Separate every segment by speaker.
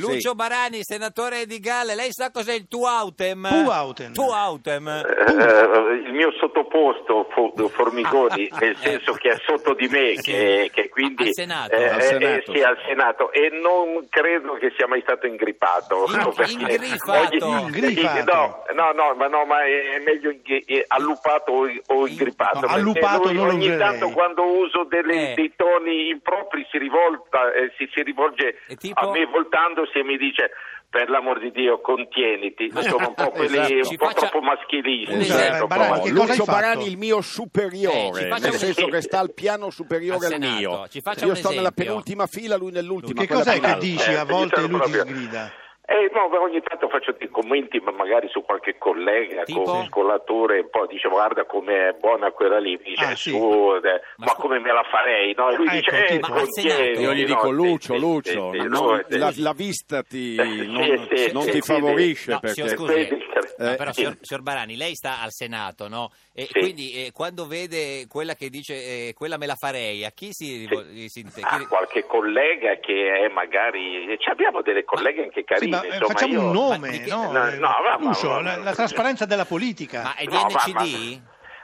Speaker 1: Lucio Barani, senatore di Galle, lei sa cos'è il tu autem?
Speaker 2: Tu autem.
Speaker 1: Tu autem.
Speaker 3: Eh, il mio sottoposto Fo-
Speaker 1: Ah,
Speaker 3: Formigoni, nel senso che è sotto di me,
Speaker 1: ecco. Sì.
Speaker 3: che, che quindi
Speaker 1: Al Senato.
Speaker 3: eh,
Speaker 4: Al
Speaker 3: eh,
Speaker 4: Senato.
Speaker 3: sì, al Senato. e non credo che sia mai stato ingrippato.
Speaker 1: In-
Speaker 3: Perché
Speaker 1: ingrifato.
Speaker 3: ogni-
Speaker 2: Ingrifato.
Speaker 3: No, no, no, ma, no, ma è è meglio inghi- eh, alluppato o, o ingrippato.
Speaker 2: No,
Speaker 3: perché
Speaker 2: allupato
Speaker 3: lui
Speaker 2: non lo
Speaker 3: ogni
Speaker 2: userei.
Speaker 3: tanto quando uso delle-
Speaker 1: Eh.
Speaker 3: dei toni impropri si, rivolta, eh, si, si rivolge
Speaker 1: E tipo?
Speaker 3: a me voltandosi e mi dice per l'amor di Dio contieniti, sono un po' quelli
Speaker 4: Esatto.
Speaker 3: un
Speaker 1: Eh, Ci
Speaker 3: po'
Speaker 1: faccia-
Speaker 3: troppo maschilisti.
Speaker 1: Scusa,
Speaker 3: ecco,
Speaker 2: eh,
Speaker 3: un po'
Speaker 2: Barani,
Speaker 3: maschilisti.
Speaker 2: che cosa hai
Speaker 4: Lucio
Speaker 2: fatto?
Speaker 4: Barani il mio
Speaker 1: Eh,
Speaker 4: superiore,
Speaker 1: ci faccia
Speaker 4: nel
Speaker 1: un-
Speaker 4: senso che sta al piano superiore
Speaker 1: Al
Speaker 4: al,
Speaker 1: Senato,
Speaker 4: mio.
Speaker 1: ci faccia
Speaker 4: Io
Speaker 1: un
Speaker 4: sto nella
Speaker 1: esempio.
Speaker 4: penultima fila, lui nell'ultima.
Speaker 2: Che
Speaker 4: quella
Speaker 2: cos'è
Speaker 4: più
Speaker 2: che
Speaker 4: alta.
Speaker 2: dici? A
Speaker 3: Eh,
Speaker 2: volte
Speaker 3: ogni
Speaker 2: lui ti
Speaker 3: tanto proprio-
Speaker 2: sgrida.
Speaker 3: Eh, no, ma ogni tanto faccio dei commenti, ma magari su qualche collega,
Speaker 1: Tipo?
Speaker 3: con scollatore, poi dice guarda com'è buona quella lì, mi dice
Speaker 2: Ah, sì.
Speaker 3: "Su, eh,
Speaker 1: Ma
Speaker 3: ma,
Speaker 1: scu-
Speaker 3: come me la farei? No? E lui
Speaker 2: Ah,
Speaker 3: dice,
Speaker 2: ecco,
Speaker 3: eh,
Speaker 2: tipo.
Speaker 3: non
Speaker 1: Ma al Senato?
Speaker 3: chiedi,
Speaker 1: Io
Speaker 4: Io gli
Speaker 3: no,
Speaker 4: dico
Speaker 3: sì,
Speaker 4: Lucio,
Speaker 3: sì,
Speaker 4: Lucio,
Speaker 3: sì, sì,
Speaker 4: non-
Speaker 3: no, sì,
Speaker 4: la,
Speaker 3: sì.
Speaker 4: la vista ti,
Speaker 3: Eh, sì,
Speaker 4: non,
Speaker 3: sì,
Speaker 4: non
Speaker 3: sì,
Speaker 4: ti
Speaker 3: sì,
Speaker 4: favorisce
Speaker 1: No,
Speaker 4: perché...
Speaker 1: signor- scusi,
Speaker 4: Eh,
Speaker 1: No, però,
Speaker 3: sì.
Speaker 1: signor, signor Barani, lei sta al Senato, no? E
Speaker 3: Sì.
Speaker 1: quindi eh, quando vede quella che dice eh, quella me la farei, a chi si
Speaker 3: Sì.
Speaker 1: rivolge?
Speaker 3: Ah, qualche collega che è magari ci abbiamo delle colleghe anche
Speaker 2: Sì,
Speaker 3: carine
Speaker 2: ma eh,
Speaker 3: insomma,
Speaker 2: facciamo
Speaker 3: io-
Speaker 2: un
Speaker 1: Ma di
Speaker 2: nome,
Speaker 1: chi-
Speaker 2: no?
Speaker 3: No, eh,
Speaker 2: Eh,
Speaker 3: no, ma- ma-
Speaker 2: Lucio,
Speaker 3: ma-
Speaker 2: la, la trasparenza della politica.
Speaker 1: Ma eh, è di
Speaker 3: No, ma-
Speaker 1: NCD?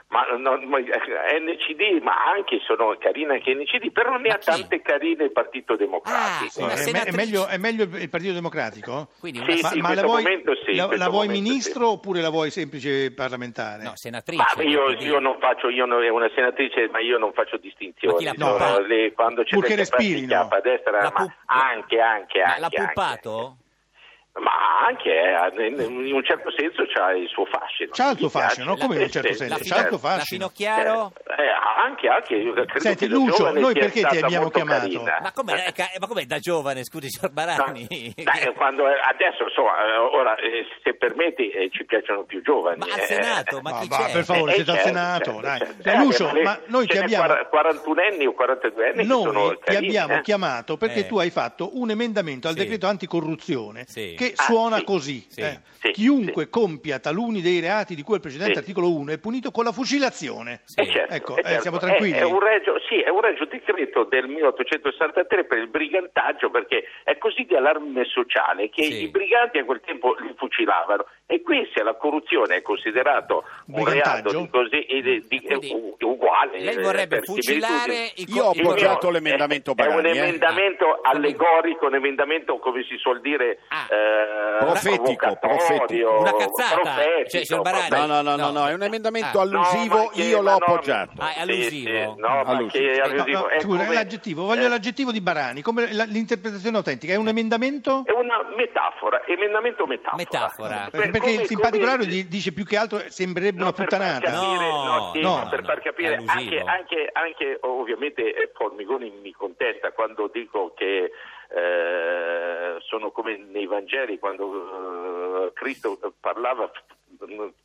Speaker 3: Ma, no, ma- eh, NCD, ma anche sono carine anche NCD, però ne
Speaker 1: Ma
Speaker 3: ha
Speaker 1: chi? Ah,
Speaker 3: tante carine il Partito
Speaker 2: Sì,
Speaker 3: Democratico. Eh,
Speaker 1: una
Speaker 2: è, Eh, me- è
Speaker 1: senatrice-
Speaker 2: meglio, è meglio il Partito Democratico?
Speaker 1: Quindi
Speaker 3: Sì,
Speaker 1: una
Speaker 3: sì, in
Speaker 2: la
Speaker 3: questo
Speaker 2: vuoi,
Speaker 3: momento sì, in
Speaker 2: la,
Speaker 3: questo
Speaker 2: la vuoi
Speaker 3: momento
Speaker 2: ministro oppure la vuoi semplice parlamentare?
Speaker 1: no, senatrice.
Speaker 3: Ma io,
Speaker 1: voglio dire.
Speaker 3: io non faccio, io non, è una senatrice, ma io non faccio
Speaker 1: Ma chi
Speaker 3: distinzioni.
Speaker 1: l'ha
Speaker 3: Sono
Speaker 1: puppa-
Speaker 3: le- quando c'è
Speaker 2: purché
Speaker 3: da destra,
Speaker 2: respiri,
Speaker 3: si
Speaker 2: no?
Speaker 3: chiappa a destra,
Speaker 1: L'ha
Speaker 3: ma
Speaker 1: pup-
Speaker 3: anche, anche,
Speaker 1: Ma
Speaker 3: anche.
Speaker 1: l'ha
Speaker 3: anche.
Speaker 1: puppato?
Speaker 3: Ma anche, eh, in in un certo senso c'ha il suo fascino.
Speaker 2: C'ha il suo
Speaker 3: Mi piace.
Speaker 2: fascino, come in un certo
Speaker 3: Eh,
Speaker 2: senso?
Speaker 1: La,
Speaker 2: Senti,
Speaker 3: sì,
Speaker 2: c'ha il
Speaker 1: Fino-
Speaker 2: tuo
Speaker 1: la
Speaker 2: fascino.
Speaker 1: Finocchiaro?
Speaker 3: Eh, anche, anche, io credo
Speaker 2: Senti,
Speaker 3: che da
Speaker 2: Lucio,
Speaker 3: giovane
Speaker 2: noi
Speaker 3: sia
Speaker 2: perché ti
Speaker 3: stata
Speaker 2: abbiamo
Speaker 3: molto
Speaker 2: chiamato?
Speaker 3: carina.
Speaker 1: Ma come eh, ca- ma com'è da giovane, scusi, signor Barani?
Speaker 3: Ma- dai, eh, quando, adesso, insomma, eh, ora, eh, se permetti, eh, ci piacciono più giovani.
Speaker 1: Ma al
Speaker 3: eh.
Speaker 1: Senato, ma
Speaker 2: Ma
Speaker 1: chi
Speaker 2: Ah, va,
Speaker 1: c'è?
Speaker 2: per favore,
Speaker 3: Eh,
Speaker 2: siete al
Speaker 3: certo,
Speaker 2: Senato,
Speaker 3: certo,
Speaker 2: dai.
Speaker 3: certo.
Speaker 2: Dai,
Speaker 3: Eh,
Speaker 2: Lucio,
Speaker 3: le-
Speaker 2: ma noi
Speaker 3: ce
Speaker 2: ti
Speaker 3: n'è
Speaker 2: abbiamo-
Speaker 3: 41enni o 42enni che eh, sono
Speaker 2: Noi ti
Speaker 3: carini,
Speaker 2: abbiamo
Speaker 3: eh.
Speaker 2: chiamato perché
Speaker 1: Eh.
Speaker 2: tu hai fatto un emendamento al
Speaker 1: Sì.
Speaker 2: decreto anticorruzione
Speaker 1: Sì.
Speaker 2: che
Speaker 3: Ah,
Speaker 2: suona
Speaker 3: sì.
Speaker 2: così.
Speaker 1: Sì.
Speaker 2: eh.
Speaker 3: Sì,
Speaker 2: Chiunque compia taluni dei reati di cui al precedente
Speaker 3: Sì.
Speaker 2: articolo 1 è punito con la fucilazione.
Speaker 1: Sì.
Speaker 3: Eh, certo,
Speaker 2: Ecco,
Speaker 3: eh,
Speaker 2: eh,
Speaker 3: certo.
Speaker 2: siamo
Speaker 3: È-
Speaker 2: tranquilli.
Speaker 3: È, un regio, sì, è un regio decreto del 1863 per il brigantaggio perché è così di allarme sociale che
Speaker 1: Sì.
Speaker 3: i briganti a quel tempo li fucilavano e qui se la corruzione è considerato un
Speaker 2: Brigantaggio?
Speaker 3: reato di così, eh, di- di-
Speaker 1: Ah, Quindi,
Speaker 3: u- uguale.
Speaker 1: lei
Speaker 3: eh,
Speaker 1: vorrebbe
Speaker 3: per
Speaker 1: fucilare
Speaker 3: similitudini.
Speaker 1: i
Speaker 4: Io ho
Speaker 1: co- i-
Speaker 3: Il mio-
Speaker 4: appoggiato l'emendamento
Speaker 3: è- È un
Speaker 4: Barani, eh.
Speaker 3: emendamento
Speaker 1: Ah.
Speaker 3: allegorico, un emendamento come si suol dire
Speaker 1: Ah.
Speaker 3: eh,
Speaker 4: Profetico,
Speaker 3: provocatorio,
Speaker 1: Una cazzata,
Speaker 3: profetico,
Speaker 1: cioè, signor Barani,
Speaker 4: No, no, no, no,
Speaker 1: No.
Speaker 4: no, è un emendamento
Speaker 1: Ah.
Speaker 4: allusivo,
Speaker 3: No, ma che-
Speaker 4: io l'ho
Speaker 3: ma no,
Speaker 4: appoggiato.
Speaker 1: Ah, è allusivo.
Speaker 3: Sì, sì, no, ma
Speaker 4: Allusivo.
Speaker 3: che è
Speaker 1: Eh,
Speaker 2: No,
Speaker 3: allusivo.
Speaker 2: no,
Speaker 3: È
Speaker 2: scusa,
Speaker 3: come-
Speaker 2: l'aggettivo, voglio
Speaker 3: eh,
Speaker 2: l'aggettivo di Barani, come la- l'interpretazione autentica. È un emendamento?
Speaker 3: È una metafora, emendamento metafora.
Speaker 1: Metafora.
Speaker 3: Per-
Speaker 2: Perché, perché
Speaker 3: come-
Speaker 2: il simpatico
Speaker 3: come-
Speaker 2: Raro gli dice più che altro sembrerebbe
Speaker 3: No,
Speaker 2: una
Speaker 3: per far
Speaker 2: puttanata.
Speaker 3: capire-
Speaker 1: No,
Speaker 3: no, sì,
Speaker 2: no,
Speaker 3: ma per
Speaker 1: no,
Speaker 3: far capire
Speaker 1: allusivo.
Speaker 3: anche, anche- anche, ovviamente eh, Formigoni mi contesta quando dico che eh, sono come nei Vangeli quando eh, Cristo parlava f-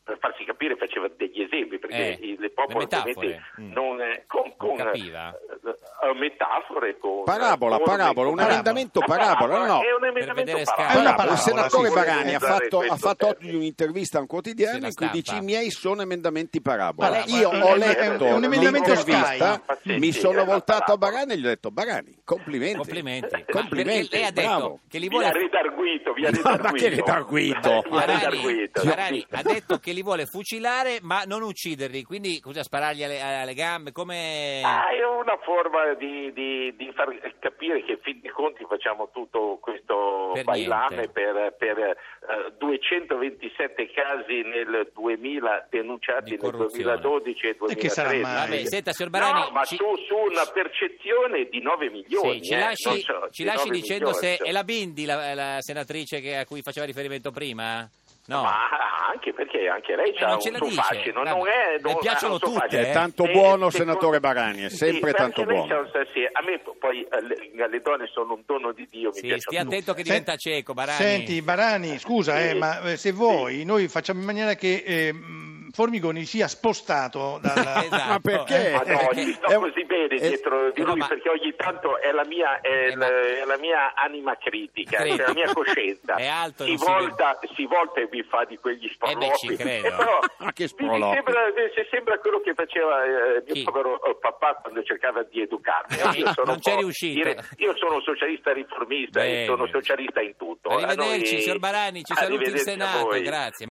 Speaker 3: per farsi capire faceva degli esempi perché
Speaker 1: Eh,
Speaker 3: il il popolo
Speaker 1: le metafore.
Speaker 3: ovviamente
Speaker 1: Mm.
Speaker 3: non, eh, con, con,
Speaker 1: capiva.
Speaker 3: eh, eh, metafore con
Speaker 4: Parabola,
Speaker 3: con-
Speaker 4: parabola, un
Speaker 2: Parabola.
Speaker 4: emendamento parabola, no, no.
Speaker 3: è un emendamento
Speaker 1: vedere
Speaker 3: parabola.
Speaker 1: Sky. È una
Speaker 4: Parabola.
Speaker 2: parabola,
Speaker 4: il senatore
Speaker 2: sì.
Speaker 4: Barani ha fatto, ha fatto oggi
Speaker 3: un
Speaker 4: un'intervista a un
Speaker 1: Sì,
Speaker 4: quotidiano
Speaker 1: la
Speaker 4: in cui dice
Speaker 1: stampa.
Speaker 4: i miei sono emendamenti parabola.
Speaker 1: Parabola.
Speaker 4: Io
Speaker 2: È un-
Speaker 4: ho
Speaker 2: è-
Speaker 4: letto
Speaker 2: è un emendamento
Speaker 4: l'intervista,
Speaker 3: Sky. Sì,
Speaker 4: mi
Speaker 3: sì,
Speaker 4: sono
Speaker 3: è una
Speaker 4: voltato a
Speaker 3: parabola.
Speaker 4: Barani e gli ho detto Barani, complimenti.
Speaker 1: Complimenti. Ma
Speaker 4: Complimenti,
Speaker 1: perché Lei ha detto
Speaker 4: bravo.
Speaker 1: che li
Speaker 3: Vi ha
Speaker 1: vuole
Speaker 3: redarguito, vi ha
Speaker 4: No, ma
Speaker 3: redarguito.
Speaker 4: che redarguito?
Speaker 3: Vi ha
Speaker 1: Barani,
Speaker 3: redarguito.
Speaker 1: Barani ha detto che li vuole fucilare ma non ucciderli, quindi cosa sparargli alle, alle gambe? Come...
Speaker 3: Ah, è una forma di, di- di far capire che in fin dei conti facciamo tutto questo
Speaker 1: Per
Speaker 3: bailame
Speaker 1: niente.
Speaker 3: per, per, eh, 227 casi nel 2000
Speaker 1: Di
Speaker 3: denunciati nel
Speaker 1: corruzione.
Speaker 3: 2012 e 2013.
Speaker 2: E che sarà mai?
Speaker 1: Vabbè,
Speaker 2: eh,
Speaker 1: senta, signor Barani,
Speaker 3: no, ma
Speaker 1: ci,
Speaker 3: su, su una percezione di 9 milioni.
Speaker 1: sì, ci
Speaker 3: eh, non
Speaker 1: lasci,
Speaker 3: so,
Speaker 1: ci
Speaker 3: di
Speaker 1: lasci
Speaker 3: 9
Speaker 1: dicendo
Speaker 3: milioni,
Speaker 1: se
Speaker 3: cioè.
Speaker 1: è la Bindi la, la senatrice che- a cui faceva riferimento prima? No.
Speaker 3: Ma anche perché anche lei
Speaker 1: Eh,
Speaker 3: ha
Speaker 1: non
Speaker 3: un
Speaker 1: ce la
Speaker 3: suo
Speaker 1: dice.
Speaker 3: fascino,
Speaker 1: Vabbè,
Speaker 3: non è
Speaker 1: le
Speaker 3: non-
Speaker 1: piacciono
Speaker 3: ha un suo
Speaker 1: tutte,
Speaker 3: fascino.
Speaker 1: eh.
Speaker 4: È tanto
Speaker 3: E-
Speaker 4: buono,
Speaker 3: secondo-
Speaker 4: senatore Barani, è sempre
Speaker 3: perché
Speaker 4: tanto
Speaker 3: lei
Speaker 4: buono.
Speaker 3: sa- sa- sì, a me poi eh, le, le donne sono un dono di Dio, mi
Speaker 1: Sì,
Speaker 3: piacciono
Speaker 1: stia
Speaker 3: tutte.
Speaker 1: attento che
Speaker 2: Sen-
Speaker 1: diventa cieco, Barani.
Speaker 2: Senti, Barani, scusa, eh,
Speaker 3: Sì.
Speaker 2: ma eh, se vuoi, noi facciamo in maniera che eh, mh, Formigoni sia spostato dalla...
Speaker 1: Esatto.
Speaker 4: Ma perché?
Speaker 3: eh, Ma no,
Speaker 1: Perché-
Speaker 3: ci sto
Speaker 4: è un-
Speaker 3: così bene dietro di
Speaker 1: eh, no,
Speaker 3: lui
Speaker 1: ma-
Speaker 3: perché ogni tanto è la mia, è
Speaker 1: Eh, ma-
Speaker 3: la- è la mia anima critica,
Speaker 1: Credo.
Speaker 3: cioè la mia coscienza.
Speaker 1: È alto,
Speaker 3: si,
Speaker 1: non si
Speaker 3: volta, si volta e mi fa di quegli sproloqui.
Speaker 1: ci credo.
Speaker 3: Eh, però
Speaker 4: Ma che
Speaker 3: mi-
Speaker 4: sproloqui.
Speaker 3: Mi sembra, se sembra quello che faceva eh, mio
Speaker 1: Chi?
Speaker 3: povero eh, papà quando cercava di educarmi.
Speaker 1: Eh,
Speaker 3: Io sono
Speaker 1: non
Speaker 3: un po'
Speaker 1: c'è riuscito.
Speaker 3: io sono socialista riformista
Speaker 1: Bene.
Speaker 3: e sono socialista in tutto. A
Speaker 1: Arrivederci,
Speaker 3: noi-
Speaker 1: signor Barani, ci saluti il
Speaker 3: Arrivederci a
Speaker 1: Senato,
Speaker 3: voi.
Speaker 1: grazie.